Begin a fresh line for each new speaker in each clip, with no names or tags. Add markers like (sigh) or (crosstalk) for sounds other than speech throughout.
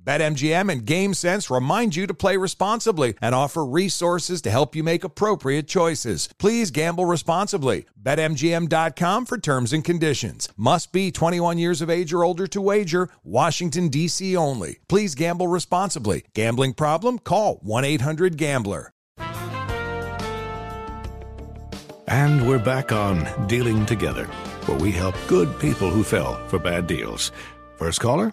BetMGM and GameSense remind you to play responsibly and offer resources to help you make appropriate choices. Please gamble responsibly. BetMGM.com for terms and conditions. Must be 21 years of age or older to wager. Washington, D.C. only. Please gamble responsibly. Gambling problem? Call 1 800 Gambler.
And we're back on Dealing Together, where we help good people who fell for bad deals. First caller?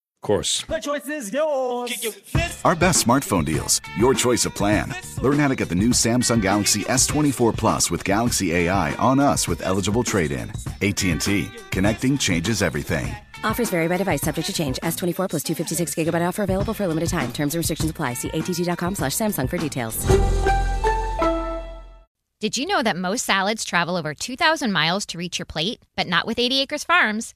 of course.
The choice is yours.
Our best smartphone deals. Your choice of plan. Learn how to get the new Samsung Galaxy S24 Plus with Galaxy AI on us with eligible trade-in. AT&T. Connecting changes everything.
Offers vary by device, subject to change. S24 plus 256 gigabyte offer available for a limited time. Terms and restrictions apply. See att.com slash Samsung for details.
Did you know that most salads travel over 2,000 miles to reach your plate, but not with 80 Acres Farms?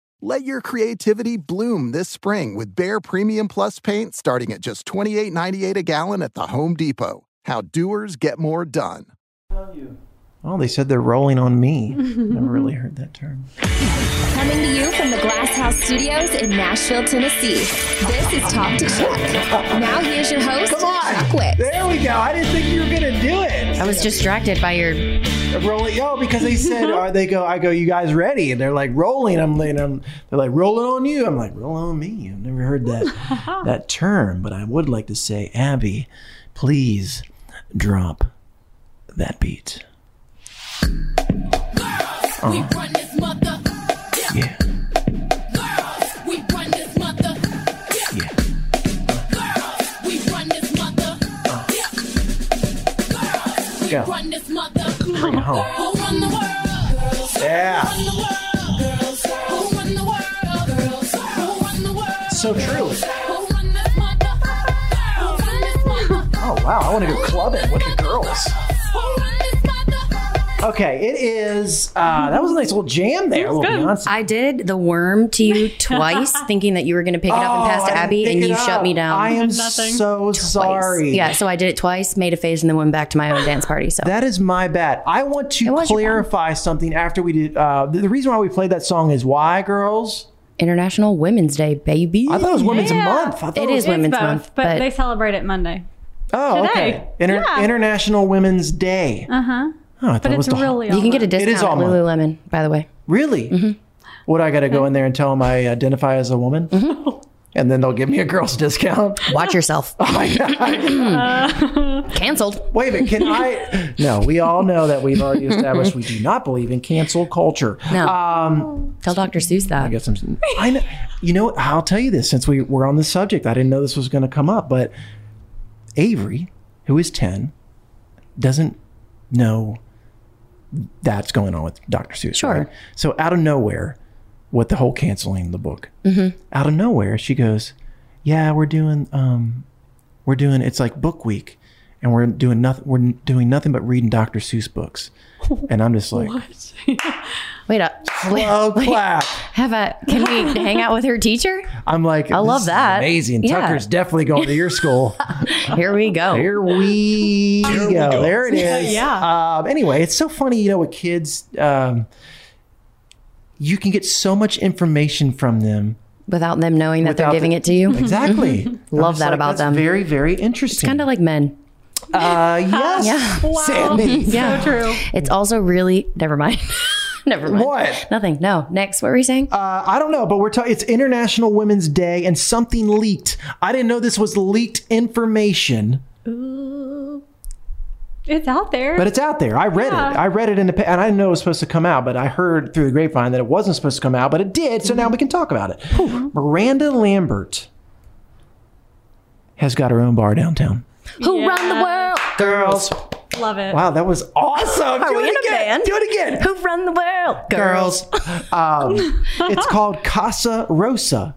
Let your creativity bloom this spring with Bare Premium Plus paint starting at just $28.98 a gallon at the Home Depot. How doers get more done.
Oh, they said they're rolling on me. Never really heard that term.
Coming to you from the Glass House Studios in Nashville, Tennessee. This is Talk to Chuck. Now here's your host, Chuck Witt.
There we go. I didn't think you were going to do it.
I was distracted by your
rolling. Oh, because they said, "Are they go?" I go, "You guys ready?" And they're like rolling. I'm like, I'm, they're like rolling on you. I'm like, roll on me. I've never
(laughs)
heard that that term, but I would like to say, Abby, please drop that beat. Uh-huh. Yeah. Yeah. Go. Bring it home. Yeah. So true. Oh wow, I want to go clubbing with the girls. Okay, it is. Uh, that was a nice little jam there. A little Beyonce.
I did the worm to
(laughs)
you twice, thinking that you were going to pick it up and pass
Oh,
to
I didn't
Abby,
pick
and
it
you shut
up.
me down.
I am so
Twice.
sorry.
Yeah, so I did it twice, made a phase, and then went back to my own dance party. So
That is my bad. I want
It
to
was your
clarify something after we did. Uh, the, the reason why we played that song is why, girls?
International Women's Day, baby.
I thought it was Women's
Yeah.
Month. I thought
It is
It's
Women's
both,
Month,
but,
but-
they celebrate it Monday.
Oh, okay.
today.
Inter-
Yeah.
International Women's Day.
Uh huh.
Oh, I thought
But
it was
it's
the-
really
you can get a
It is all
discount at
month.
Lululemon, by the way.
Really? What I got to go in there and tell them I identify as a woman, and then they'll give me a girl's discount.
Watch yourself. Cancelled.
Wait a minute, can I? No, we all know that we've already established we do not believe in cancel culture.
No.
Um,
Tell Dr. Seuss
I
that.
guess I'm. I know, you know, what, I'll tell you this since we were on the subject. I didn't know this was going to come up, but Avery who is 10 doesn't know that's going on with Dr. Seuss. Sure. So out of nowhere, with the whole canceling the book,
Mm-hmm.
out of nowhere she goes, "Yeah, we're doing um, we're doing it's like book week, and we're doing nothing. We're doing nothing but reading Dr. Seuss
(laughs)
books." And I'm just like,
What? Wait up. Slow
clap.
Have a uh, can we
(laughs)
hang out with her teacher?
I'm like,
I love
this is
that.
amazing.
Yeah.
Tucker's definitely going to your school.
(laughs) Here we go.
Here we go. There it is.
Yeah.
Um, anyway, it's so funny, you know, with kids, um, you can get so much information from them
Without them knowing that
Without
they're giving
the-
it to
(laughs)
you.
Exactly.
Mhm.
I'm
Love
just
that
like,
about
that's
them.
very, very interesting.
It's kind of like men.
Uh, yes.
yeah.
Wow. (laughs) Sandy. So
Yeah.
true.
It's also really, never mind. never mind.
What?
Nothing. No. Next. What were you saying?
Uh, I don't know, but we're talking. It's International Women's Day, and something leaked. I didn't know this was leaked information,
Ooh. It's out there.
but it's out there. I read it. I read it in the, pa- and I didn't know it was supposed to come out, but I heard through the grapevine that it wasn't supposed to come out, but it did. So now we can talk about it. Miranda Lambert has got her own bar downtown.
Who run the world?
Girls.
Love it.
Wow, that was awesome.
Are
Do
we
it
in
again.
a band?
Do it again.
Who run the world?
Girls. um,
(laughs)
it's called Casa Rosa.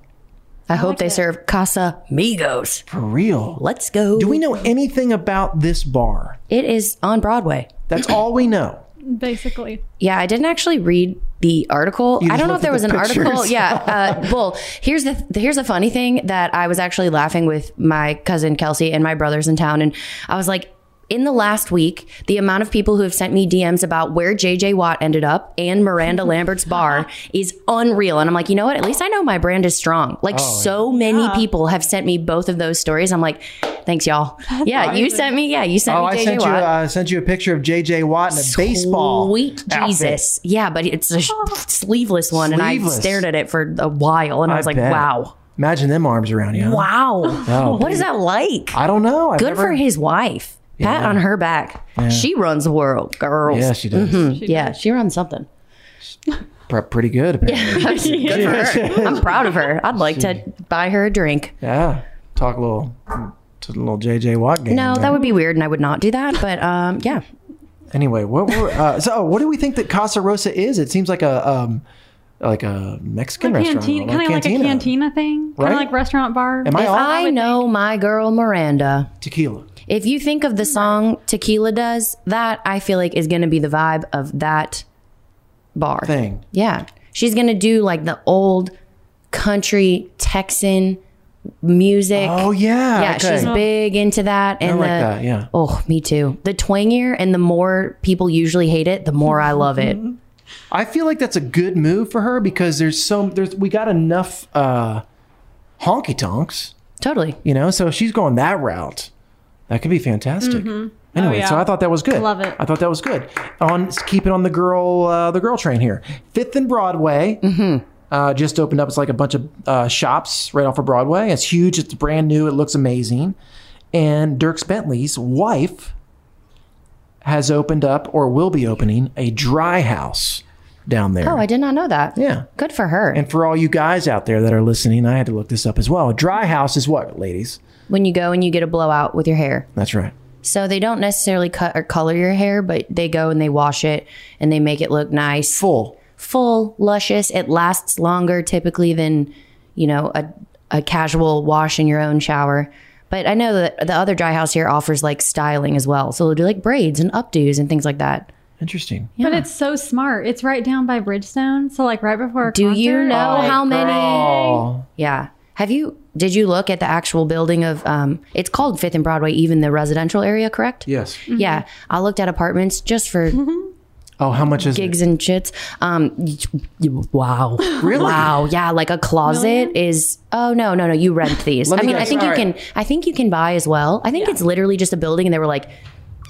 I hope they serve Casa Migos.
For real.
Let's go.
Do we know anything about this bar?
It is on Broadway.
That's all we know.
Basically.
Yeah, I didn't actually read the article.
You
I
just
don't know if
looked
there
at
was
the
an article.
pictures. (laughs)
Yeah. Uh, well, here's the here's the funny thing that I was actually laughing with my cousin Kelsey and my brothers in town, and I was like, in the last week, the amount of people who have sent me DMs about where JJ Watt ended up and Miranda Lambert's
(laughs)
bar is unreal. And I'm like, you know what? At least I know my brand is strong. Like
Oh,
so many people have sent me both of those stories. I'm like, thanks (laughs) y'all. yeah, you
amazing.
sent me. Yeah, you sent
oh,
me.
I
JJ
sent you.
Watt.
I sent you a picture of JJ Watt in a baseball.
Sweet
outfit.
Jesus. Yeah, but it's
(gasps)
a sh- sleeveless one. And I
Sleeveless.
stared at it for a while and I, was like,
bet.
wow.
Imagine them arms around you. huh?
(laughs) Wow.
Oh,
what is
baby.
that like?
I don't know. I've
Good
never-
for his wife. Pat
Yeah.
on her back.
Yeah.
She runs the world, girls.
Yeah, she does.
Mhm. yeah, she runs something.
Pre- Pretty good. Apparently.
Good for her. I'm proud of her. I'd like to buy her a drink.
yeah. Talk a little to the little JJ Watt game.
No, Oh, that would be weird and I would not do that. But um, yeah.
Anyway, what were, uh, (laughs) so what do we think that Casa Rosa is? It seems like a um, like a Mexican restaurant,
Canteen, kind of like a cantina thing. Kind
Right?
of like restaurant bar.
Am I
if
off?
I know my girl Miranda,
tequila.
If you think of the song Tequila Does, that I feel like is going to be the vibe of that bar
thing.
Yeah. She's going to do like the old country Texan music. Oh,
yeah.
Yeah.
Okay.
She's big into that.
I
And
like
the-
that. Yeah.
Oh, me too. The twangier and the more people usually hate it, the more I love it.
I feel like that's a good move for her because there's so there's we got enough uh honky tonks.
Totally.
You know, so if she's going that route, that could be fantastic.
Mm-hmm. Oh,
Anyway, so I thought that was good.
Love it.
I thought that was good. On keep it on the girl uh, the girl train here. Fifth and Broadway. Mm-hmm. Uh, just opened up. It's like a bunch of uh, shops right off of Broadway. It's huge. It's brand new. It looks amazing. And Dirks Bentley's wife has opened up or will be opening a dry house down there.
Oh, I did not know that.
Yeah.
Good for her.
And for all you guys out there that are listening, I had to look this up as well. A dry house is what, ladies?
When you go and you get a blowout with your hair.
That's right.
So they don't necessarily cut or color your hair, but they go and they wash it and they make it look nice.
Full.
Full, luscious. It lasts longer typically than, you know, a, a casual wash in your own shower. But I know that the other dry house here offers like styling as well. So they'll do like braids and updos and things like that.
Interesting.
But it's so smart. It's right down by Bridgestone. So like right before. A
Do you
concert,
know
like-
how many? Yeah. Have you, did you look at the actual building of, um, it's called Fifth and Broadway, even the residential area, correct?
Yes.
Yeah. I looked at apartments just for
Oh, how much is
gigs and shits. Um, y- y- wow,
(laughs) Really?
Wow, yeah. Like a closet is. Oh no, no, no. You rent these.
Let
I
me
mean, I
guess.
think you
All
can.
right.
I think you can buy as well. I think it's literally just a building, and they were like,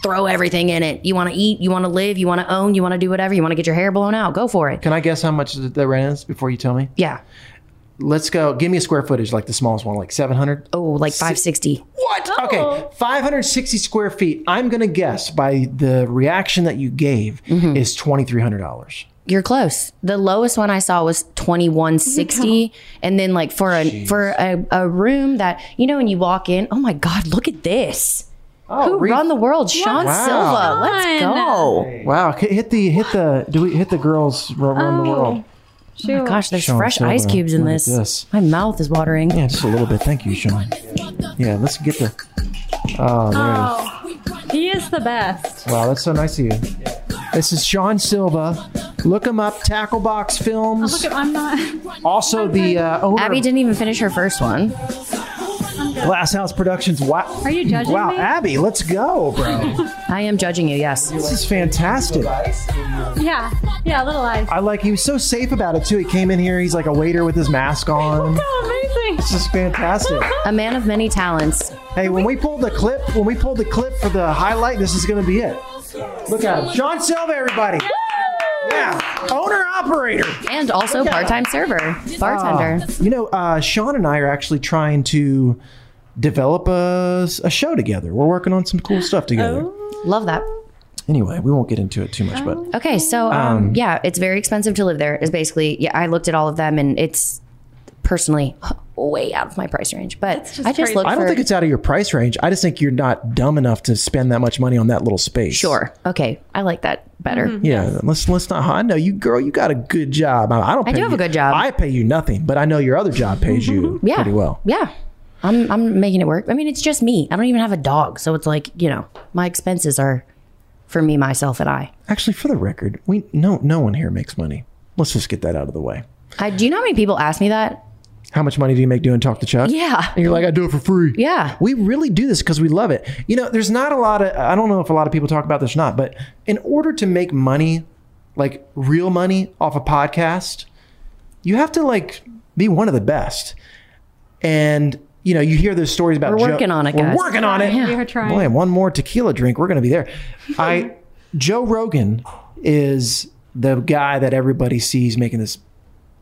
throw everything in it. You want to eat, you want to live, you want to own, you want to do whatever, you want to get your hair blown out. Go for it.
Can I guess how much the- the rent is before you tell me?
Yeah.
Let's go. Give me a square footage, like the smallest one, like 700.
Oh, like 560.
What? Okay. 560 square feet. I'm going to guess by the reaction that you gave is $2,300.
You're close. The lowest one I saw was twenty one sixty, and then like for a for a, a room that you know when you walk in, oh my god, look at this. Who run the world? Sean
Wow.
Silva. Let's go.
Wow, hit Oh, hit the hit the do we hit the girls run, run the world?
Oh my gosh, there's
Sean
fresh
Silva,
ice cubes in
look at
this. My mouth is watering.
Yeah, just a little bit. Thank you, Sean. Yeah, let's get the. Oh, there it
Oh, he is the best.
is. Wow, that's so nice of you. This is Sean Silva. Look him up. Tackle Box
Oh,
Films.
look,
(laughs)
I'm not.
Also, the uh, owner
Abby
of
didn't even finish her first one.
Glass House Productions. Wow.
Are you judging
Wow,
me?
Abby, let's go, bro.
(laughs) I am judging you. Yes.
This is fantastic.
Yeah, yeah, a little ice.
I like he was so safe about it too. He came in here. He's like a waiter with his mask
Oh
on.
amazing.
This is fantastic.
(laughs) A man of many talents.
Hey, when we pulled the clip, when we pulled the clip for the highlight, this is going to be it. Look at him, Sean Silva, everybody. Yeah, owner operator.
And also
Look at
part time server, bartender.
Uh, you know, uh, Sean and I are actually trying to develop a, s- a show together. We're working on some cool stuff together.
Oh, Love that.
Anyway, we won't get into it too much, but
Okay, so um, yeah, it's very expensive to live there. Is basically yeah. I looked at all of them, and it's personally way out of my price range. But I just looked.
I don't
for,
think it's out of your price range. I just think you're not dumb enough to spend that much money on that little space.
Sure. Okay. I like that better.
Yeah, let's let's not. I know you, girl. You got a good job. I, I don't.
I
Pay
do have
you-
a good job.
I pay you nothing, but I know your other job pays you
Yeah.
pretty well.
Yeah. I'm I'm making it work. I mean, it's just me. I don't even have a dog, so it's like you know, my expenses are for me, myself, and I.
Actually, for the record, we no no one here makes money. Let's just get that out of the way.
I do you know how many people ask me that?
How much money do you make doing talk to Chuck?
Yeah.
And you're like, I do it for free.
Yeah.
We really do this because we love it. You know, there's not a lot of, I don't know if a lot of people talk about this or not, but in order to make money, like real money off a podcast, you have to like be one of the best. And, you know, you hear those stories about
We're
Joe-
working on it,
We're
guys.
working on it.
We are trying.
Boy, Oh, one more tequila drink, we're going to be there. I Joe Rogan is the guy that everybody sees making this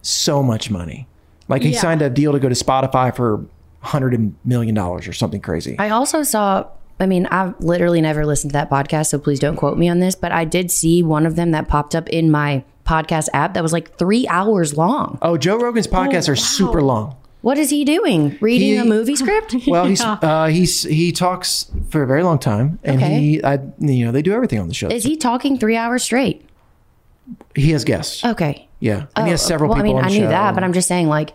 so much money. Like he
Yeah.
signed a deal to go to Spotify for hundred million dollars or something crazy.
I also saw. I mean, I've literally never listened to that podcast, so please don't quote me on this. But I did see one of them that popped up in my podcast app that was like three hours long.
oh, Joe Rogan's podcasts are super long.
What is he doing? Reading
He-
a movie script?
Well, he's uh, he's he talks for a very long time, and
Okay.
he I you know they do everything on the show.
is he talking three hours straight?
he has guests,
Okay. Oh,
yeah, and he has several
well,
people.
I mean,
on
I
the
knew
show.
that, but I'm just saying, like,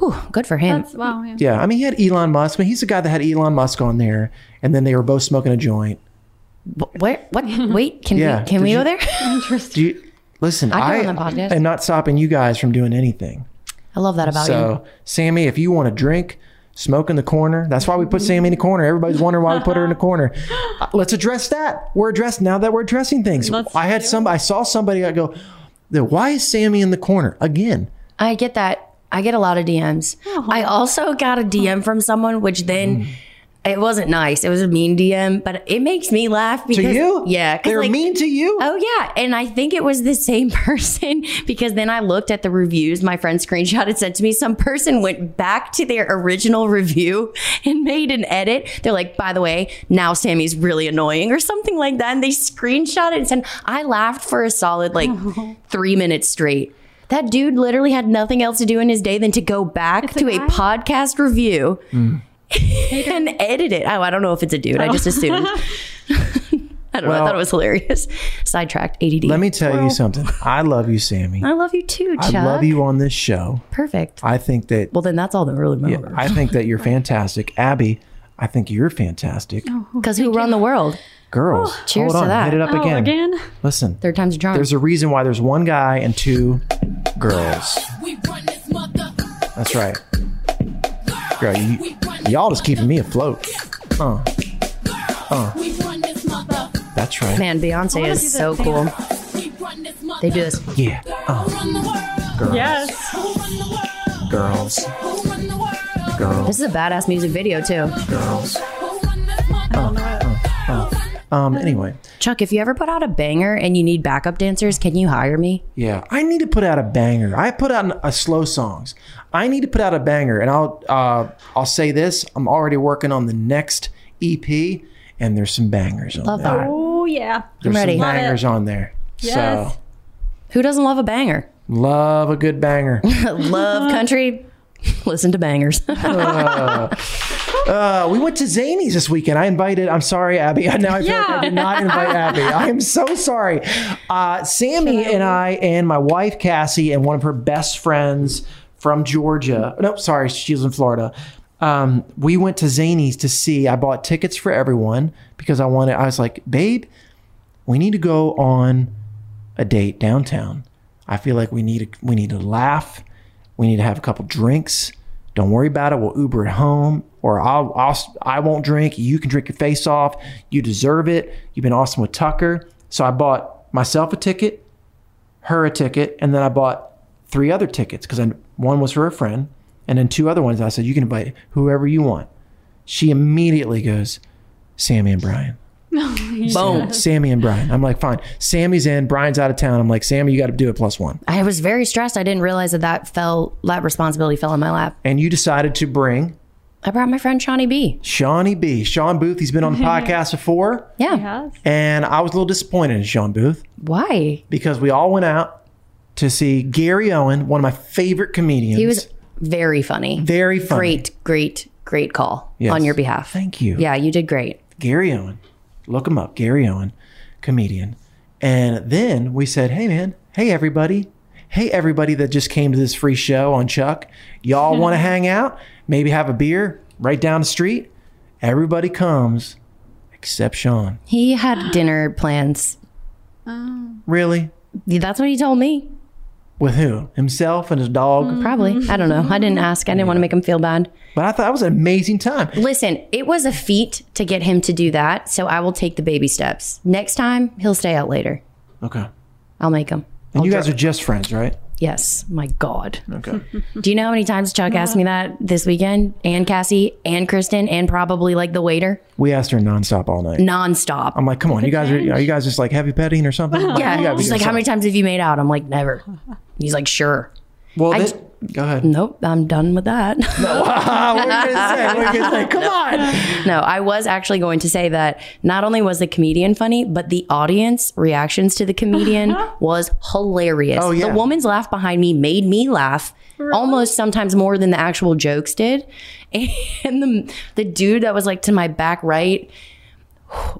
whew, good for him.
That's wow. Yeah.
Yeah, I mean, he had Elon Musk. I mean, he's the guy that had Elon Musk on there, and then they were both smoking a joint.
Where? (laughs) What? Wait, can
Yeah.
we can
Did
we
you-
go there?
Do you listen?
I'd
I,
go (laughs) on the podcast.
am not stopping you guys from doing anything.
I love that about you.
so, Sammy, if you want to drink, smoke in the corner. That's why we put Sammy in the corner. Everybody's wondering why we put her in
(laughs)
the corner. Uh, Let's address that. We're addressed now that we're addressing things. I had some. I saw somebody. I go, why is Sammy in the corner again?
I get that. I get a lot of DMs. I also got a DM from someone, which then
Mm.
it wasn't nice. It was a mean DM, but it makes me laugh because
you?
yeah, 'cause,
They're
like,
mean to you.
Oh yeah, and I think it was the same (laughs) person because then I looked at the reviews my friend screenshot had sent to me. Some person went back to their original review and made an edit. They're like, by the way, now Sammy's really annoying or something like that, and they screenshot it and sent. I laughed for a solid like three minutes straight. That dude literally had nothing else to do in his day than to go back to a podcast review
Mm.
(laughs) and edit it. Oh, I don't know if it's a dude. I just (laughs) assumed. I don't know.
Well-
I thought it was hilarious. Sidetracked. ADD.
Let me tell you something. I love you, Sammy.
I love you too,
I
Chuck.
love you on this show.
Perfect.
I think that
Well, then that's all that really
yeah,
matters.
I think that you're fantastic, Abby. I think you're fantastic,
Because who run the world?
girls.
Cheers
hold on,
to that.
Hit it up
Oh,
again.
again?
Listen,
Third time's a charm.
there's a reason why there's one guy and two girls. That's right. Girl, you, y'all just keeping me afloat. Uh, uh. That's right.
Man, Beyonce is so cool. They do this.
Yeah. Girls.
Yes.
Girls. Girls.
This is a badass music video too.
Girls. Uh, uh, uh. Um. Anyway.
Chuck, if you ever put out a banger and you need backup dancers, can you hire me?
Yeah, I need to put out a banger. I put out an- a slow songs. I need to put out a banger, and I'll uh, I'll say this: I'm already working on the next EP, and there's some bangers on
Love
there.
that.
Oh yeah.
There's
ready.
some
Love
it.
bangers on there.
Yes.
So
Who doesn't love a banger?
love
(laughs)
a
(laughs)
good banger. (laughs)
love country. Listen to bangers.
Uh, we went to Zany's this weekend. I invited. I'm sorry, Abby. Now I feel like I
Yeah.
did not invite Abby. I am so sorry. Uh, Sammy and I and my wife Cassie and one of her best friends from Georgia. No, sorry, she was in Florida. Um, we went to Zany's to see. I bought tickets for everyone because I wanted. I was like, babe, we need to go on a date downtown. I feel like we need we need to laugh. We need to have a couple drinks. Don't worry about it. We'll Uber it home, or I'll, I'll I won't drink. You can drink your face off. You deserve it. You've been awesome with Tucker. So I bought myself a ticket, her a ticket, and then I bought three other tickets because one was for a friend, and then two other ones. I said you can invite whoever you want. She immediately goes, Sammy and Brian. Sam- Sammy and Brian. I'm like, fine. Sammy's in, Brian's out of town. I'm like, Sammy, you got to do it plus one.
I was very stressed. I didn't realize that that fell that responsibility fell on my lap.
And you decided to bring
I brought my friend Shawnee B.
Shawnee B. Sean Booth. He's
(laughs)
been on the podcast before.
Yeah.
And I was a little disappointed in Sean Booth.
Why?
Because we all went out to see Gary Owen, one of my favorite comedians.
He was very funny.
Very funny.
Great, great, great call
Yes.
on your behalf.
Thank you.
Yeah, you did great.
Gary Owen. Look him up, Gary Owen, comedian. And then we said, hey, man, hey, everybody. Hey, everybody that just came to this free show on Chuck. Y'all want to hang out? Maybe have a beer right down the street? Everybody comes except Sean.
He had dinner plans.
Oh. Really?
That's what he told me.
With who? Himself and his dog?
Hmm. Probably. I don't know. I didn't ask. I didn't want to make him feel bad.
But I thought it was an amazing time.
Listen, it was a feat to get him to do that. So I will take the baby steps. Next time, he'll stay out later.
Okay.
I'll make him.
And you guys are just friends, right?
Yes. My God.
Okay.
Do you know how many times Chuck asked me that this weekend? And Cassie and Kristen and probably like the waiter
(laughs) We asked her nonstop all night.
nonstop.
I'm like, come on, you guys are, are you guys just like heavy petting or something? Like,
(laughs)
you
yeah.
gotta be
She's
doing
like, how many times have you made out? I'm like, never. He's like, sure.
Well,
I-
then- go ahead.
Nope, I'm done with that. (laughs)
No, (laughs) what are you gonna say? What are you gonna say? Come
on. No, I was actually going to say that not only was the comedian funny, but the audience reactions to the comedian was hilarious.
Oh, yeah.
The woman's laugh behind me made me laugh almost sometimes more than the actual jokes did. (laughs) And the the dude that was like to my back right.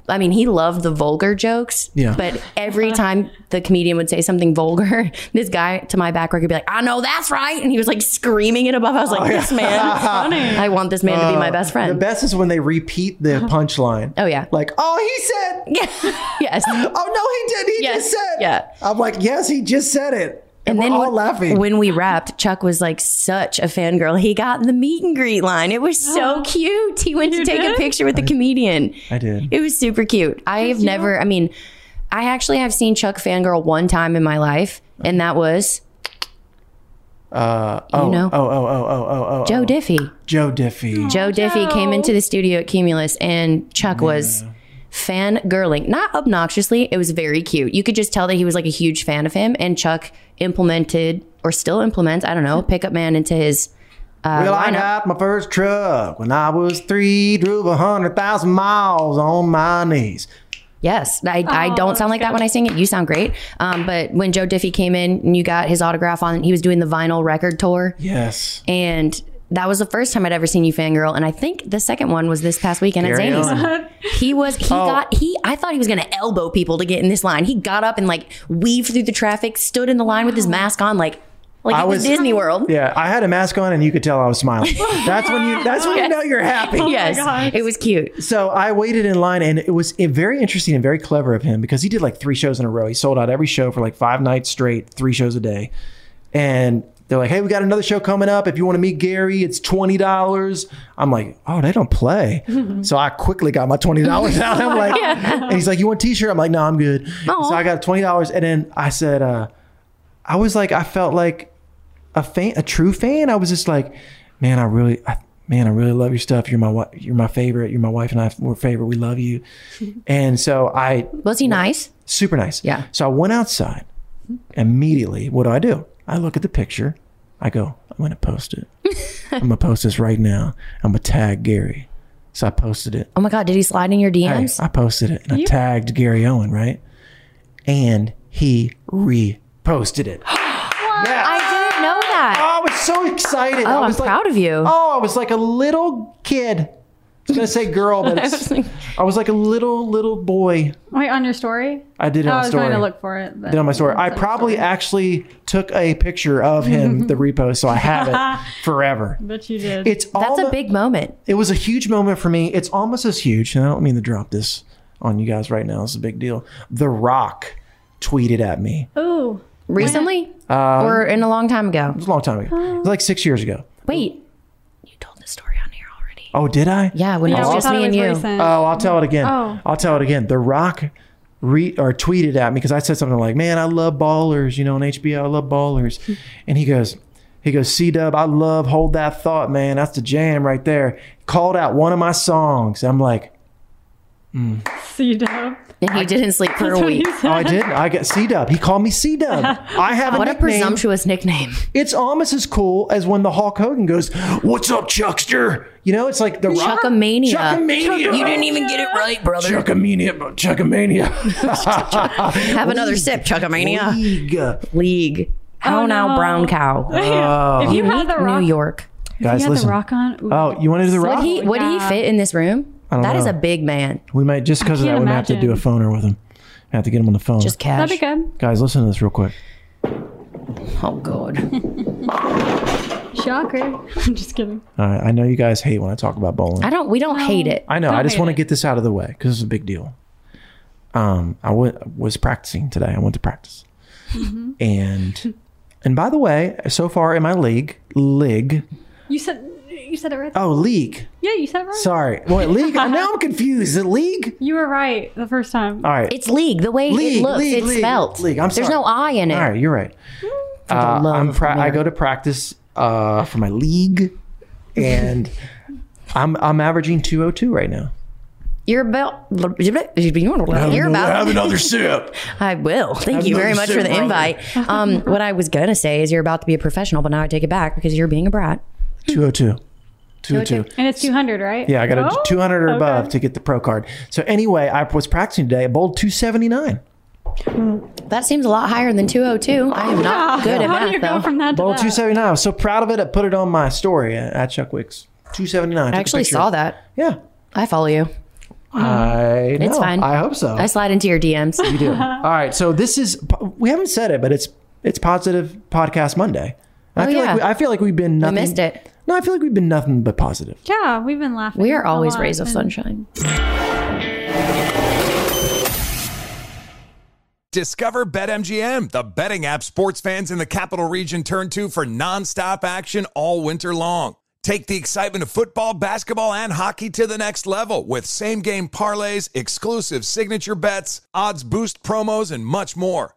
I mean, he loved the vulgar jokes,
Yeah.
but every time the comedian would say something vulgar, (laughs) this guy to my back right could be like, I know that's right. And he was like screaming it above. I was like, this man, I want this man to be my
Uh,
best friend.
The best is when they repeat the punchline.
Oh yeah.
Like, oh, he said.
Yeah. yes.
(laughs) Oh no, he did. He just said.
Yeah.
I'm like, yes, he just said it.
And, then when,
laughing.
when we wrapped, Chuck was like such a fangirl. He got in the meet and greet line. It was so cute. He went to take a picture with the comedian.
I did.
It was super cute. I've never, I mean, I actually have seen Chuck fangirl one time in my life, and that was
Uh, oh,
know.
oh, oh, oh, oh, oh, oh.
Joe
oh.
Diffie.
Joe Diffie.
Joe Diffie came into the studio at Cumulus, and Chuck was fangirling. Not obnoxiously, it was very cute. You could just tell that he was like a huge fan of him, and Chuck implemented or still implements, I don't know, Pickup Man into his uh,
well, I
lineup.
got my first truck when I was three, drove a hundred thousand miles on my knees.
Yes, I, I don't sound like that when I sing it. You sound great. Um, but when Joe Diffie came in and you got his autograph on, he was doing the vinyl record tour.
Yes.
And that was the first time I'd ever seen you fangirl. And I think the second one was this past weekend
Gary
at
Owen.
Zany's. He was, he
Oh.
got, he, I thought he was going to elbow people to get in this line. He got up and like weaved through the traffic, stood in the line with his mask on, like, like
I
it was,
was-
Disney World.
Yeah, I had a mask on and you could tell I was
(laughs)
smiling. That's when you that's when you
Yes.
know you're happy.
Oh my Yes. gosh. It was cute.
So I waited in line and it was eh, very interesting and very clever of him because he did like three shows in a row. He sold out every show for like five nights straight, three shows a day. And they're like, hey, we got another show coming up. If you want to meet Gary, it's $20. I'm like, oh, they don't play. so I quickly got my $20 out. I'm like,
Yeah.
and he's like, you want a t-shirt? I'm like, no, I'm good. So I got $20. And then I said, uh, I was like, I felt like a fan, a true fan. I was just like, man, I really, I, man, I really love your stuff. You're my, wi- you're my favorite. You're my wife and I. We're favorite. We
(laughs)
love you. And so I
was he nice?
Super nice.
Yeah.
So I went outside immediately. What do I do? I look at the picture. I go, I'm gonna
(laughs)
post it. I'm gonna post this right now. I'm gonna tag Gary. So I posted it.
Oh my God, did he slide in your
Hey,
DMs?
I posted it and I tagged Gary Owen, right? And he
(gasps)
reposted it.
I didn't know that.
Oh, I was so excited.
Oh,
I
I'm
was like-
proud of you.
Oh, I was like a little kid. I was gonna say girl,
(laughs)
but it's, I was like a little little boy.
Wait, on your story?
I did it
Oh,
on
I was
story.
trying to look for it. but-
Did it on my story. I probably actually took a picture of
(laughs)
him, the repost, so I have it forever.
But you did.
It's all
That's a big moment.
It was a huge moment for me. It's almost as huge, and I don't mean to drop this on you guys right now. It's a big deal. The Rock tweeted at me.
Ooh.
Recently?
Um,
or in a long time ago?
It was a long time ago. It was like six years ago.
Wait.
Oh, did I?
Yeah, when it was
oh,
just
I'll-
me and you.
Oh, I'll tell it again.
Oh.
I'll tell it again. The Rock re or tweeted at me because I said something like, "Man, I love ballers," you know, on HBO, I love ballers,
Hmm.
and he goes, he goes, "C Dub, I love Hold That Thought, man. That's the jam right there." Called out one of my songs. I'm like, mm.
See you down.
And you didn't sleep for a week.
oh, I did. I got C Dub. He called me C Dub. I have
What a
nickname.
presumptuous nickname.
It's almost as cool as when the Hulk Hogan goes, "What's up, Chuckster?" You know, it's like the Rock.
Chuckamania.
Chuckamania.
You didn't even get it right, brother.
Chuckamania, bro. Chuckamania. Have
Have another sip, Chuckamania.
League.
League. How
Oh,
now,
no.
brown
(laughs)
cow?
Oh. If you had
The
Unique
Rock-
New York.
Guys, listen.
on.
Oh, you want to do the
Would
rock?
he, would he fit in this room?
I
That
don't
is
know.
a big man.
we might just because of that,
can't
we might have to do a phoner with him. I have to get him on the phone.
Just cash.
That'd be good.
Guys, listen to this real quick.
Oh
(laughs)
God.
Shocker. I'm just kidding.
All right, I know you guys hate when I talk about bowling.
I don't. We don't hate it.
I know.
Don't
I just
hate
want to
it.
get this out of the way because it's a big deal. Um, I wa- was practicing today. I went to practice,
Mm-hmm.
and and by the way, so far in my league, league,
You said you said it right.
oh league.
Yeah, you said it right.
Sorry, what league? now I'm confused. Is it league?
You were right the first time.
All right,
It's league. The way
League,
it looks,
league,
it's
league,
spelt.
league. I'm
There's
sorry.
no I in it.
All right, you're right.
Mm.
Uh, I'm pra- I go to practice uh, for my league,
(laughs)
and I'm I'm averaging 202 right now.
You're about. You're about.
sip.
I will. Thank
Have
you very
another
much
sip,
for the
brother.
invite.
(laughs)
Um, what I was gonna say is you're about to be a professional, but now I take it back because you're being a brat.
202. 202.
And it's 200, right?
Yeah, I got a
Oh,
200 or
okay.
above to get the pro card. So anyway, I was practicing today. I bowled 279.
That seems a lot higher than 202. I am not good at
How do
math
you
though.
go from that to
Bowled
that?
279. I was so proud of it. I put it on my story at at Chuck Wicks. 279.
I
Took a
actually
picture.
saw that.
Yeah.
I follow you.
I know.
It's fine.
I hope so.
I slide into your DMs.
you
(laughs)
do. All right. So this is we haven't said it, but it's it's positive podcast Monday. And I
Oh,
feel
yeah.
like we, I feel like we've been nothing.
missed it.
No, I feel like we've been nothing but positive.
Yeah, we've been laughing.
We are
a
always
lot
rays of
and-
sunshine.
Discover BetMGM, the betting app sports fans in the capital region turn to for nonstop action all winter long. Take the excitement of football, basketball, and hockey to the next level with same game parlays, exclusive signature bets, odds boost promos, and much more.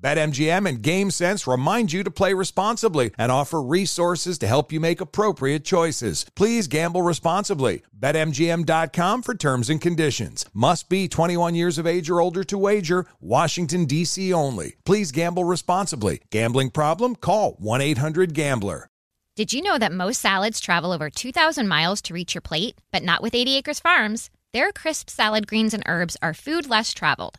BetMGM and GameSense remind you to play responsibly and offer resources to help you make appropriate choices. Please gamble responsibly. BetMGM.com for terms and conditions. Must be 21 years of age or older to wager. Washington, D.C. only. Please gamble responsibly. Gambling problem? Call 1 800 Gambler.
Did you know that most salads travel over 2,000 miles to reach your plate, but not with 80 Acres Farms? Their crisp salad greens and herbs are food less traveled,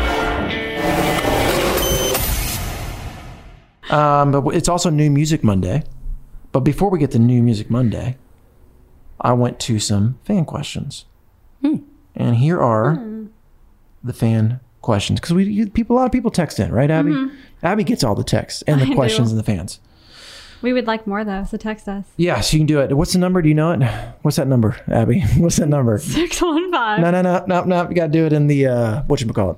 Um, but it's also New Music Monday. But before we get to New Music Monday, I went to some fan questions.
Hmm.
And here are the fan questions because we you- people a lot of people text in, right, Abby?
Mhm.
Abby gets all the texts and
(laughs) I
the
do.
questions and the fans.
We would like more though, so text us.
Yeah, so you can do it. What's the number? Do you know it? What's that number, Abby? (laughs) What's that number?
615
No, no, no, no, no. You got to do it in the uh, what you call it.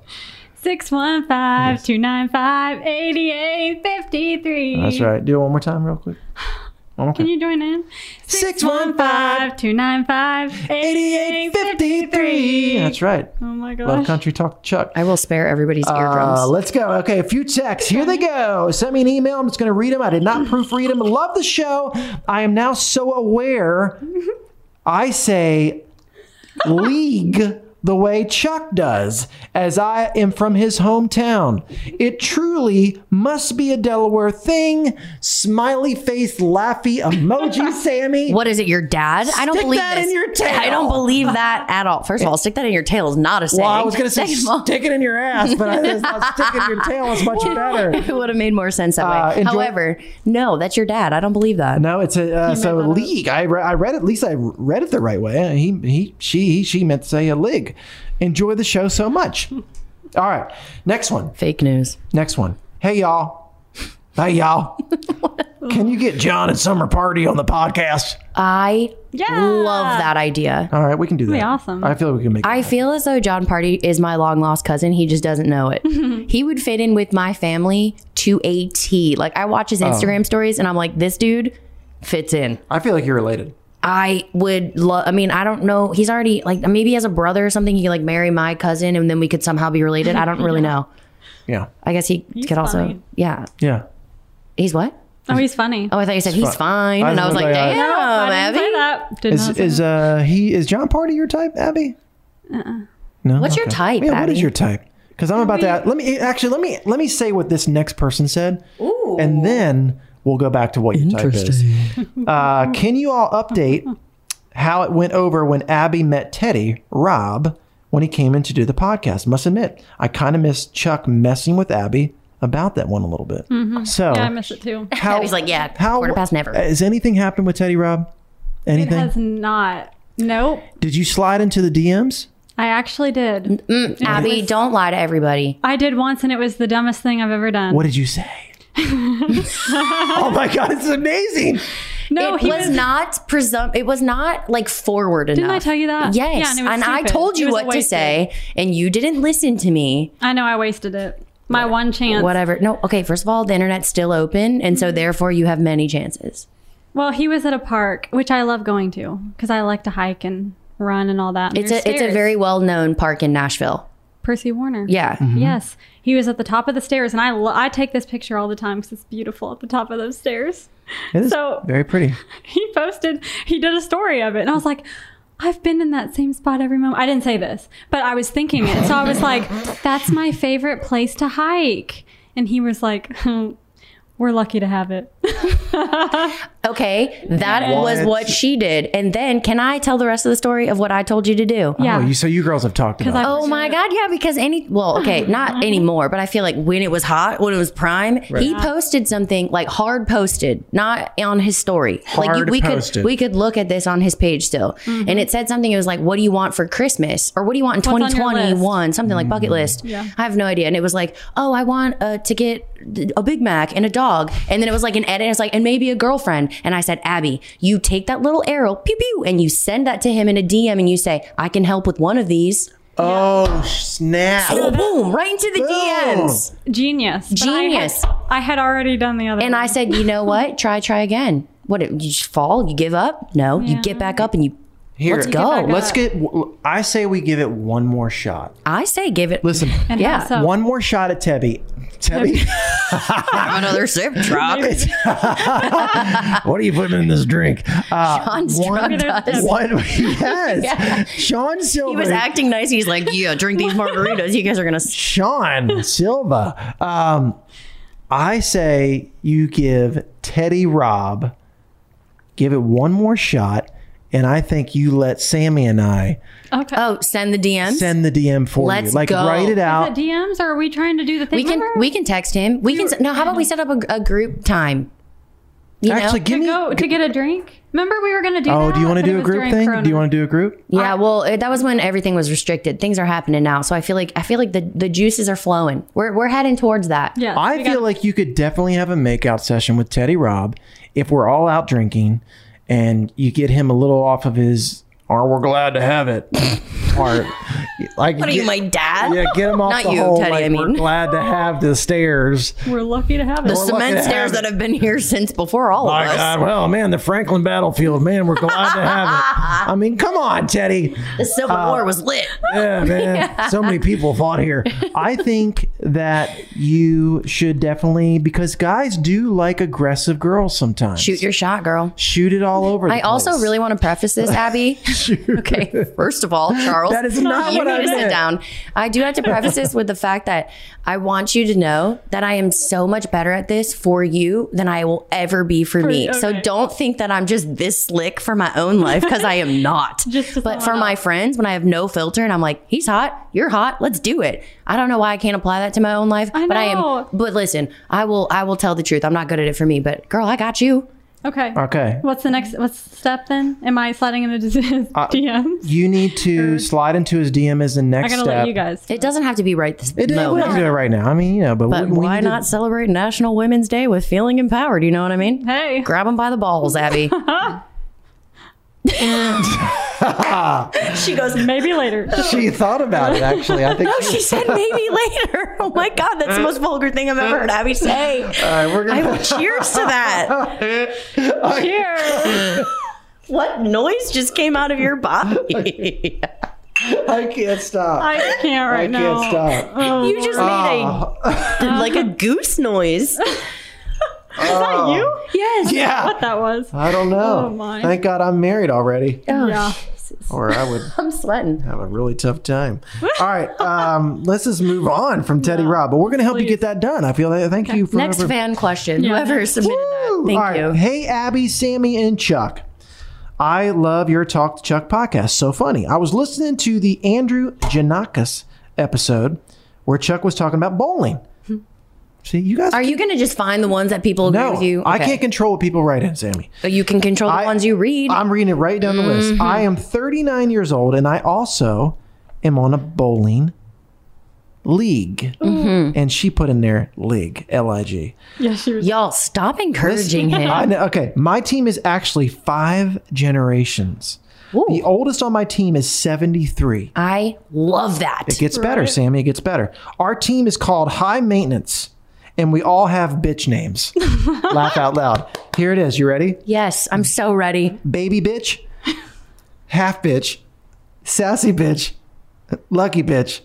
615 295 8853.
That's right. Do it one more time, real quick. One more
Can
time.
you join in? 615 295 8853.
That's right.
Oh my gosh.
Love country talk, Chuck.
I will spare everybody's
Uh,
eardrums.
let's go. Okay, a few texts. Here they go. Send me an email. I'm just going to read them. I did not proofread them. Love the show. I am now so aware. I say league the way Chuck does, as I am from his hometown. It truly must be a Delaware thing. Smiley face, laughy emoji, Sammy.
What is it, your dad? I don't
Stick
believe
that
this.
in your tail.
I don't believe that at all. First of all, stick that in your tail is not a saying.
Well, I was going to say
Second of all-
stick it in your ass, but I, it's not sticking your tail is much better.
it would have made more sense that
Uh,
way.
enjoy-
However, no, that's your dad. I don't believe that.
No, it's a uh, so league. I, re- I read at least I read it the right way. He he she he, she meant to say a lig. Enjoy the show
(laughs)
so much. All right, next one.
Fake news.
Next one. Hey y'all. Hey
(laughs)
y'all. Can you get John and Summer Party on the podcast?
I love that idea.
All right, we can do that.
That'd be awesome.
I feel like we can make.
I feel as though John Party is my long lost cousin. He just doesn't know
(laughs)
it. he would fit in with my family to a T. Like I watch his
Oh.
Instagram stories and I'm like, this dude fits in.
I feel like you're related.
I would love. I mean, I don't know. He's already like maybe he has a brother or something. He could like marry my cousin and then we could somehow be related. I don't really
(laughs)
know.
Yeah.
I guess he could also. Yeah.
Yeah.
He's what?
Oh, he's funny.
Oh, I thought you said he's fine,
I
and
(laughs)
I was
was
like,
like, I-
damn,
No,
I didn't
Abby.
say that. Did
Is
not say
is uh he is John Party your type, Abby?
Uh-uh.
No.
What's your
Okay.
type,
Yeah. What
Abby?
is your type? Because I'm about that. Let me actually let me let me say what this next person said, Ooh. and then we'll go back to what your type is. (laughs) Uh, can you all update how it went over when Abby met Teddy Rob when he came in to do the podcast? Must admit, I kind of missed Chuck messing with Abby about that one a little bit.
Mhm.
So
yeah, I miss it too.
How, Abby's like, yeah,
uh, how
quarter past never.
has anything happened with Teddy Rob?
It
Anything?
has not. Nope.
Did you slide into the DMs?
I actually did. It
(laughs)
Abby,
was-
don't lie to everybody.
I did once, and it was the dumbest thing I've ever done.
What did you say?
(laughs)
oh my god, it's amazing.
No,
it
he
was,
was-
not presum. It was not like forward
Didn't
enough.
I tell you that?
Yes,
Yeah,
and,
and it was
I
stupid.
told
It
you
was
what to
wasted.
say, and you didn't listen to me.
I know I wasted it. My one chance. Mm-hmm.
Whatever. No, okay. First of all, the internet's still open, and so therefore you have many chances.
Well, he was at a park, which I love going to because I like to hike and run and all that. and
It's a
there's
it's a
stairs.
very well known park in Nashville.
Percy Warner.
Yeah. Mhm.
Yes. He was at the top of the stairs, and I lo- I take this picture all the time because it's beautiful at the top of those stairs.
It is
So
very pretty.
he posted, he did a story of it, and I was like. I've been in that same spot every moment. I didn't say this, but I was thinking it. So I was
(laughs)
like, that's my favorite place to hike. And he was like, (laughs) we're lucky to have it.
Oh, Okay, that
What?
was what she did. And then, can I tell the rest of the story of what I told you to do?
Oh, you, so you girls have talked about.
Oh my God. Yeah. Because any, well,
(laughs)
okay, not anymore, but I feel like when it was hot, when it was prime, he posted something like hard posted, not on his story. like
Hard
we
posted.
could, we could look at this on his page still. And it said something. It was like, what do you want for Christmas? Or what do you want in
Mm-hmm. What's on your list? Mm-hmm.
2021? Something like bucket list.
Yeah.
I have no idea. And it was like, oh, I want uh, to get a Big Mac and a dog. And then it was like an edit. And it's like, and maybe a girlfriend. And I said, Abby, you take that little arrow, pew pew, and you send that to him in a DM and you say, I can help with one of these.
Oh snap!
So boom, right into the DMs.
Genius. But I had-
Genius.
I had already done the other
And I said, you know what? Try, try again. What? You just fall? You give up? No, you get back up and you
Here,
Let's go.
Let's get. I say we give it one more shot.
I say give it.
Listen,
And yeah. so-
one more shot at Tebby. Tebby,
Another sip
(laughs)
drop.
what are you putting in this drink? Uh,
Sean's drunk us.
(laughs) one-
(laughs)
yes. Sean Silver.
He was acting nice. He's like, yeah, drink these margaritas. You guys are gonna. (laughs)
Sean Silva. Um, I say you give Teddy Rob, give it one more shot, and I think you let Sammy and I
Okay. Oh, send the DMs.
send the DM for
Let's
you. Like
go.
write it out.
Is it DMs or are we trying to do the thing?
we can
Remember?
we can text him. We can. s- No, how about we set up a, a group time? You
Actually,
know?
give me.
go to get a drink. Remember we were going to do
oh,
that?
do you want to
but it
do a
was
group
during
thing?
Corona.
Do you want to do a group?
Yeah, well, it, that was when everything was restricted. Things are happening now, so I feel like I feel like the, the juices are flowing. We're we're heading towards that.
Yeah,
I feel like you could definitely have a makeout session with Teddy Rob if we're all out drinking and you get him a little off of his or we're glad to have it (laughs) part. Like
What are you,
get-
my dad?
Yeah,
(laughs)
get him off
Not
the
you,
whole
Teddy,
like
I
we're
mean.
glad to have the stairs.
We're lucky to have
The
it.
cement stairs that have been here since before all
My
of us.
God, well, man, the Franklin battlefield, man, we're glad to have
(laughs)
it. I mean, come on, Teddy.
The Civil
Uh,
War was lit. (laughs)
Yeah, man. So many people fought here. I think that you should definitely because guys do like aggressive girls sometimes.
Shoot your shot, girl.
Shoot it all over. The
I also
place. (laughs)
really want to preface this, Abby. okay, (laughs) first of all, Charles,
That is not
you
what
need
I
to sit
meant.
down. I do have to preface this with the fact that I want you to know that I am so much better at this for you than I will ever be for,
For-
me. So
okay.
don't think that I'm just this slick for my own life because I am not.
Just to
but
someone
for my
else.
friends, when I have no filter and I'm like, he's hot, you're hot, let's do it. I don't know why I can't apply that to my own life,
I
but I
know.
am. But listen, I will. I will tell the truth. I'm not good at it for me, but girl, I got you.
Okay.
Okay.
What's the next what's the step then? Am I sliding into his (laughs) DMs?
Uh, You need to slide into his DM as the
I'm
next
going to
step.
let you guys.
It doesn't have to be right this
It is
moment.
we can do it right now. I mean, you know, but,
But
we, we
why
need to-
not celebrate National Women's Day with feeling empowered? You know what I mean?
Hey.
Grab them by the balls, (laughs) Abby. she goes,
Maybe later.
She thought about it actually. I think.
No, she said (laughs) maybe later. Oh my God, that's the most vulgar thing I've ever heard Abby say.
All right, we're
I
gonna. (laughs)
will cheers to that.
Cheers.
What noise just came out of your (laughs) body?
I can't stop.
I can't right
I
now.
can't stop.
Oh,
You just
Ah.
made a like a goose noise.
Oh.
you? Yes.
Yeah.
What that was.
I don't know.
Oh, my.
Thank God I'm married already,
Oh,
Yeah.
or I would
(laughs) I'm sweating.
have a really tough time. All right, um, let's just move on from Teddy Rob, but we're going to help you get that done. I feel that. Thank you for
Next
for-
fan question. Whoever submitted that.
Woo!
Thank
All right.
you.
Hey, Abby, Sammy, and Chuck. I love your Talk to Chuck podcast. So funny. I was listening to the Andrew Janakis episode where Chuck was talking about bowling. See, you guys.
Hmm. Are you going to just find the ones that people agree
no,
with you?
I
Okay.
can't control what people write in, Sammy.
But you can control the
I-
ones you Mm-hmm. read.
I'm reading it right down the list. I am 39 years old, and I also am on a bowling league.
Mm-hmm.
And she put in there league, L I G.
Yeah, she was
Y'all stop encouraging him.
(laughs) I know- Okay, my team is actually five generations. The oldest on my team is 73.
I love that.
(laughs) It gets better, Sammy. It gets better. Our team is called High Maintenance, and we all have
(laughs)
bitch names. Laugh out loud. Here it is. You ready?
Yes, I'm so ready.
baby bitch, half bitch, sassy bitch, lucky bitch,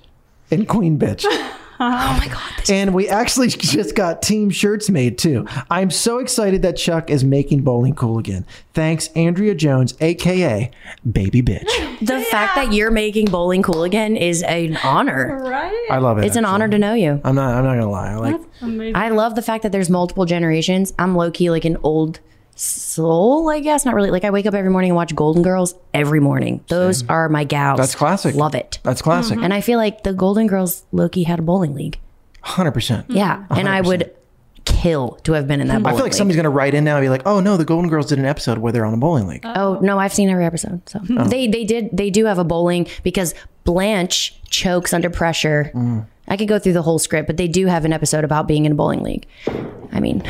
and queen bitch.
(laughs) Oh my god.
And we actually (laughs) just got team shirts made too. I'm so excited that Chuck is making bowling cool again. Thanks, Andrea Jones, aka Baby Bitch.
The fact that you're making bowling cool again is an honor.
right.
I love it.
It's an honor to know you.
I'm not. I'm not gonna lie. I like.
Amazing.
I love the fact that there's multiple generations. I'm low key like an old soul, I guess. Not really. Like I wake up every morning and watch Golden Girls every morning. Those are my gals.
That's classic.
Love it.
That's classic.
Mm-hmm. And I feel like the Golden Girls Loki had a bowling league.
100. percent
Yeah. And I would kill to have been in that
I
bowling
feel like
league.
somebody's gonna write in now and be like, "Oh no, the Golden Girls did an episode where they're on a bowling league."
Oh no, I've seen every episode. So
Oh.
they they did they do have a bowling because Blanche chokes under pressure.
Mm.
I could go through the whole script, but they do have an episode about being in a bowling league. I mean,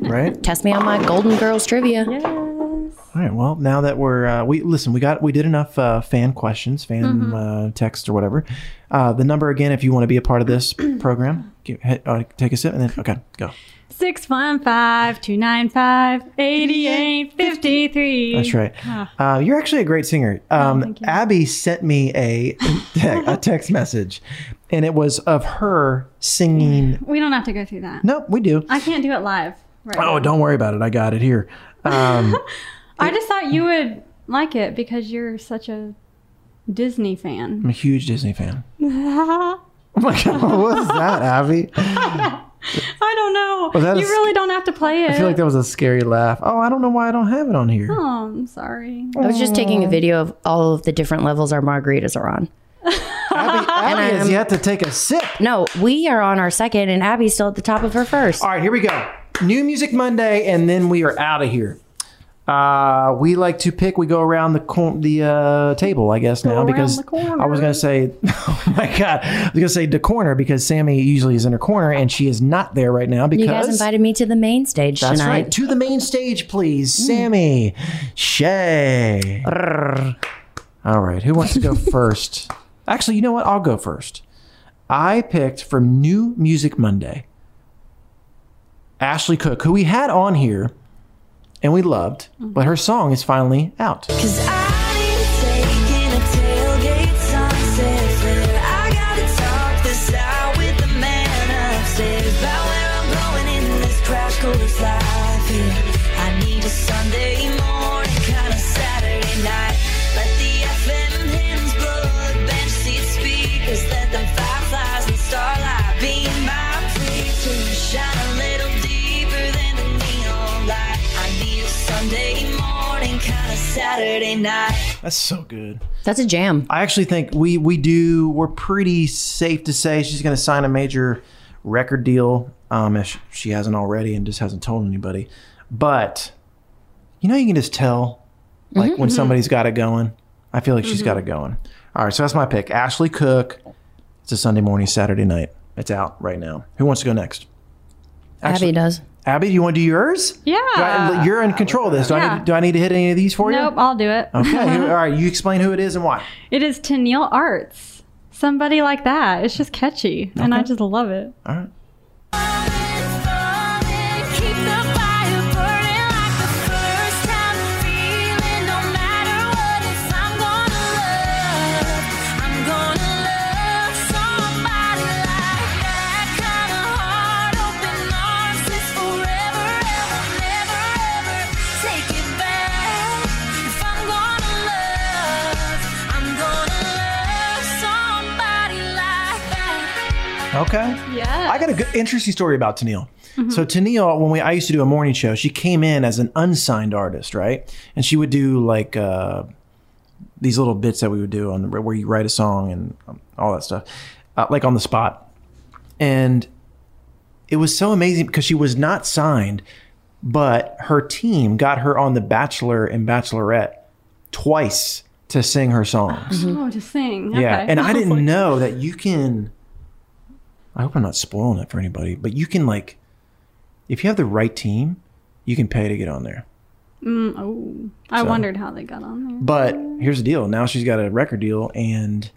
right.
test me on my Golden Girls trivia.
All right. Well, now that we're uh, we listen, we got we did enough uh, fan questions, fan
Mm-hmm.
uh, text or whatever.
(clears throat)
Uh, the number again, if you want to be a part of this program, give, he- uh, take a sip and then okay, go.
615 295 8853.
That's right. Uh, you're actually a great singer.
Oh,
Um, Abby sent me a, (laughs) te- a text message, and it was of her singing.
(laughs) We don't have to go through that.
Nope, we do.
I can't do it live. Right
Oh,
now.
don't worry about it. I got it here. Um,
I just thought you would like it because you're such a Disney fan.
I'm a huge Disney
(laughs)
fan. (laughs)
I
Oh my god, what was that, Abby?
don't know.
Was that a
you really don't have to play it.
I feel like that was a scary laugh. Oh, I don't know why I don't have it on here.
Oh, I'm sorry.
I was just taking a video of all of the different levels our margaritas are on.
Abby
I
has
am-
yet to take a sip.
No, we are on our second, and Abby's still at the top of her first.
All right, here we go. New Music Monday, and then we are out of here. Uh, we like to pick. We go around the cor- the uh, table, I guess now because
the corner.
I was gonna say, (laughs) oh my god, I was gonna say the corner because Sammy usually is in her corner and she is not there right now because
you guys invited me to the main stage
that's
tonight.
right to the main stage, please, Sammy, Shay. All right, who wants to (laughs) go first? Actually, you know what? I'll go first. I picked from New Music Monday Ashley Cook, who we had on here and we loved, but her song is finally out.
Saturday night.
That's so good.
That's a jam.
I actually think we we do. We're pretty safe to say she's going to sign a major record deal, um, if sh- she hasn't already, and just hasn't told anybody. But you know, you can just tell,
Mm-hmm,
like when
Mhm.
somebody's got it going. I feel like she's
Mhm.
got it going. All right, so that's my pick. Ashley Cook. It's a Sunday morning, Saturday night. It's out right now. Who wants to go next?
Abby does.
Abby, do you want to do yours?
Yeah.
Do I- you're in control of this. Do, I
Yeah.
need, do I need to hit any of these for you?
nope, I'll do it.
Okay. here- all right. You explain who it is and why.
It is Tennille Arts. Somebody like that. It's just catchy, and I just love it.
All right. Okay.
Yeah.
I got a good, interesting story about Tennille.
Mm-hmm.
So Tennille, when we I used to do a morning show, she came in as an unsigned artist, right? And she would do like uh, these little bits that we would do on the, where you write a song and um, all that stuff, uh, like on the spot. And it was so amazing because she was not signed, but her team got her on The Bachelor and Bachelorette twice to sing her songs.
Oh, to sing.
Yeah,
Okay.
and I
(laughs)
didn't know that you can. I hope I'm not spoiling it for anybody, but you can like, if you have the right team, you can pay to get on there.
Mm, oh, I
So.
wondered how they got on there.
But here's the deal: now she's got a record deal and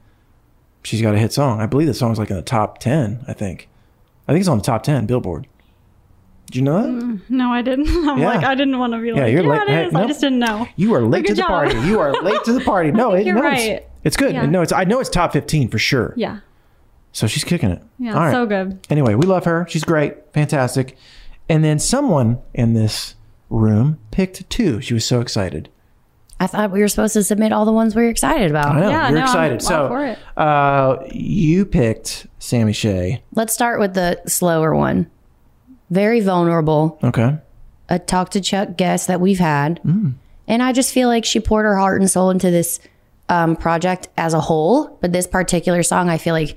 she's got a hit song. I believe the song's like in the top ten. I think, I think it's on the top ten Billboard. Did you know that?
Mm, no, I didn't. (laughs) I'm
Yeah.
like, I didn't want to be
Yeah,
like,
you're
yeah,
late.
it
Hey,
is. I
nope.
just didn't know.
You are late to
Good
the
job.
party. You
(laughs)
are late to the party. No, it,
you're
no, it's-
right.
It's, good.
Yeah.
No, it's I know it's top fifteen for sure.
Yeah.
So she's kicking it.
Yeah,
All right.
so good.
Anyway, we love her. She's great, fantastic. And then someone in this room picked two. She was so excited.
I thought we were supposed to submit all the ones we were excited about.
I know you're excited. so Uh, you picked Sammy Shea.
let's start with the slower one. Very vulnerable.
Okay.
a talk to Chuck guest that we've had. And I just feel like she poured her heart and soul into this um, project as a whole. But this particular song, I feel like,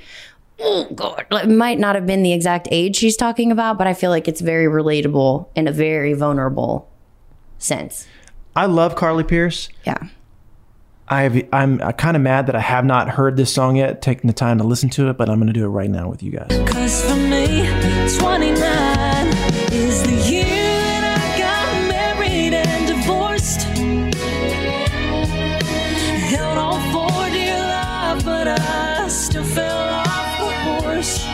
oh God, it might not have been the exact age she's talking about, but I feel like it's very relatable in a very vulnerable sense.
I love Carly Pierce.
Yeah.
I've, I'm kind of mad that I have not heard this song yet, taking the time to listen to it, but I'm going to do it right now with you guys.
Cause for me, 29 is the year that I got married and divorced. Held on for dear life, but I still fell off the horse.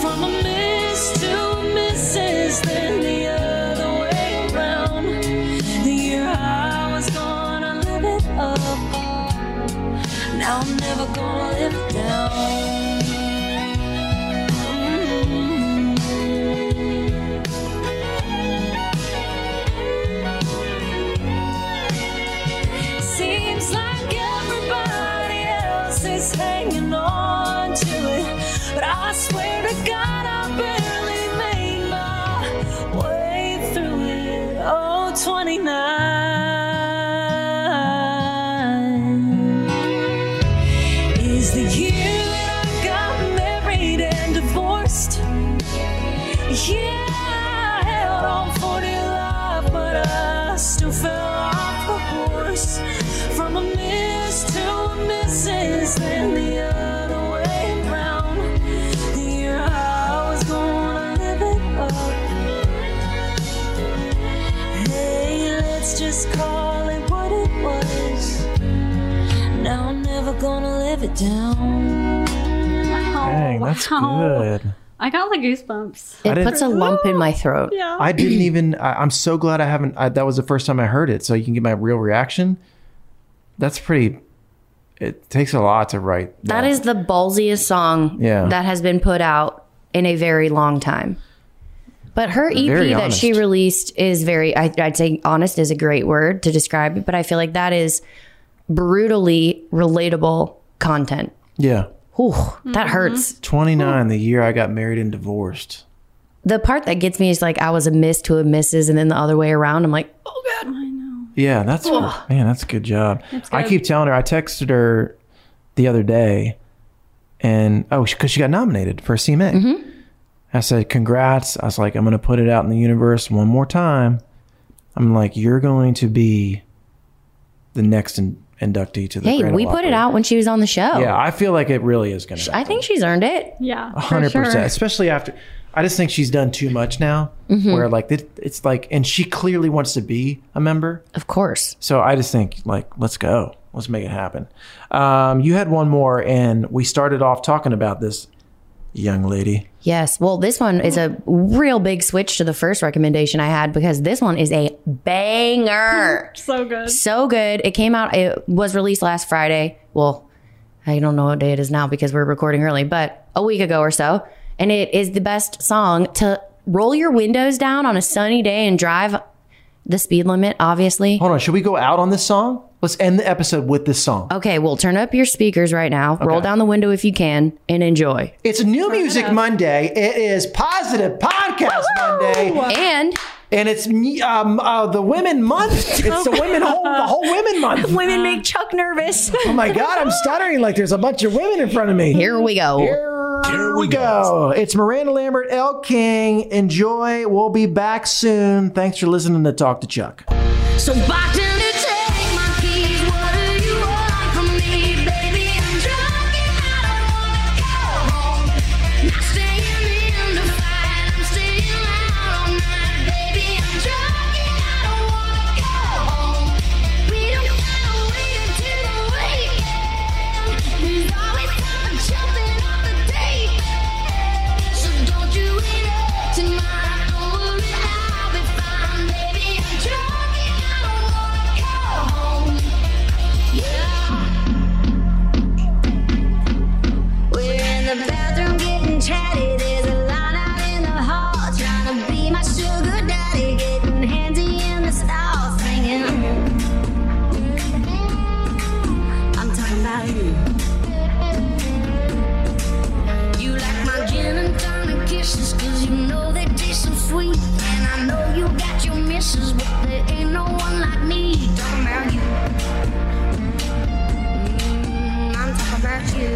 From a miss to a missus, then the I'm never gonna live it down. Mm. Seems like everybody else is hanging on to it, but I swear to God, I barely made
Uh,
my way through it. Oh, 29 is the year that I got married and divorced. Yeah, I held on for dear life, but I still fell off the horse. From a miss to a missus, then the other way around. The year I was gonna live it up. Hey, let's just call it what it was. Now I'm never gonna live it down.
Dang, that's good.
I got like goosebumps.
I
It
didn't-
puts a lump in my throat.
I didn't even. I, I'm so glad I haven't. I, that was the first time I heard it, so you can get my real reaction. That's pretty. It takes a lot to write.
That is the ballsiest song
Yeah.
that has been put out in a very long time. But her EP
Very
that she released is very, I, I'd say honest is a great word to describe it, but I feel like that is brutally relatable content.
Yeah.
Whew,
Mm-hmm.
that hurts.
29, the year I got married and divorced.
The part that gets me is like, I was a miss to a missus, and then the other way around. I'm like,
Yeah, that's
Ugh.
man, that's a good job.
It's
I
good.
keep telling her. I texted her the other day, and oh, because she got nominated for a CMA.
Mm-hmm.
I said, "Congrats!" I was like, "I'm going to put it out in the universe one more time." I'm like, "You're going to be the next in- inductee to the."
hey,
Grand
we
Ole
put it
Opry."
out when she was on the show.
Yeah, I feel like it really is going to.
I think she's earned it.
Yeah.
A hundred percent, especially after. I just think she's done too much now.
Mhm.
Where like it, it's like, and she clearly wants to be a member,
of course.
So I just think like, let's go, let's make it happen. Um, you had one more, and we started off talking about this young lady.
Yes. Well, this one is a real big switch to the first recommendation I had because this one is a banger.
so good.
So good. It came out, it was released last Friday. Well, I don't know what day it is now because we're recording early, but a week ago or so. And it is the best song to roll your windows down on a sunny day and drive the speed limit, obviously.
Hold on, should we go out on this song? Let's end the episode with this song.
Okay, well, turn up your speakers right now, roll down the window if you can, and enjoy.
It's New Music Monday. It is Positive Podcast Monday,
and
and it's um, uh, the Women Month. It's the Women whole the whole Women Month.
(laughs) Women make Chuck nervous.
Oh my God, I'm stuttering like there's a bunch of women in front of me.
Here we go.
Here, we go. It's Miranda Lambert, L. King. Enjoy. We'll be back soon. Thanks for listening to Talk to Chuck.
So back to the take my keys. What do you want from me, baby? I'm drunk and I don't wanna go home. Not staying in the fight. I'm staying out all night, baby. I'm drunk and I don't wanna go home. We don't gotta wait until the weekend. There's always time for jumping off the date. So don't you wait up tonight. Don't worry, I'll be fine, baby. I'm drunk and I don't wanna go home. We're in the bathroom getting chatty. There's a line out in the hall trying to be my sugar daddy. Getting handy in the stall, singing. I'm talking about you. You like my gin and tonic kisses, cause you know they taste so sweet. And I know you got your misses, but there ain't no one like me. Talking about you. Mm, I'm talking about you.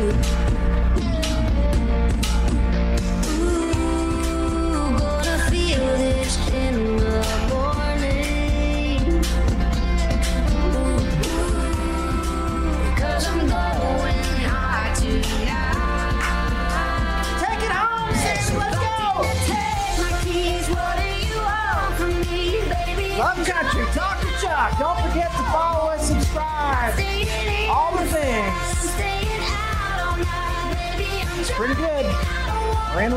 Ooh, gonna feel this in the morning. Ooh, cause I'm going hard tonight. Take it home, sis, let's go. Take my keys, what do you want from me, baby?
Love Country, Talk to Chuck. Don't forget to follow us, subscribe, all the things.
Staying out all night, baby. I'm
Pretty good. Miranda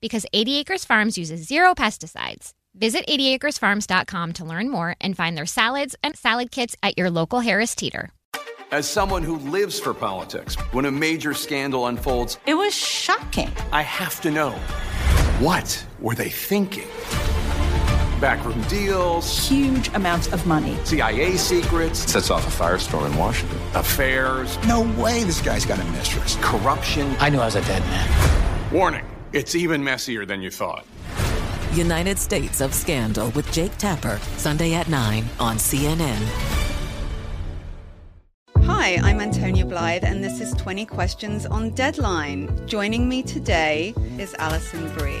Because 80 Acres Farms uses zero pesticides. Visit 80acresfarms.com to learn more and find their salads and salad kits at your local Harris Teeter.
As someone who lives for politics, when a major scandal unfolds,
it was shocking.
I have to know what were they thinking? Backroom deals,
Huge amounts of money.
CIA secrets,
sets off a firestorm in Washington,
affairs.
No way this guy's got a mistress.
Corruption.
I knew I was a dead man.
Warning it's even messier than you thought.
United States of Scandal with Jake Tapper, Sunday at 9 on CNN.
Hi, I'm Antonia Blythe, and this is 20 Questions on Deadline. Joining me today is Alison Bree.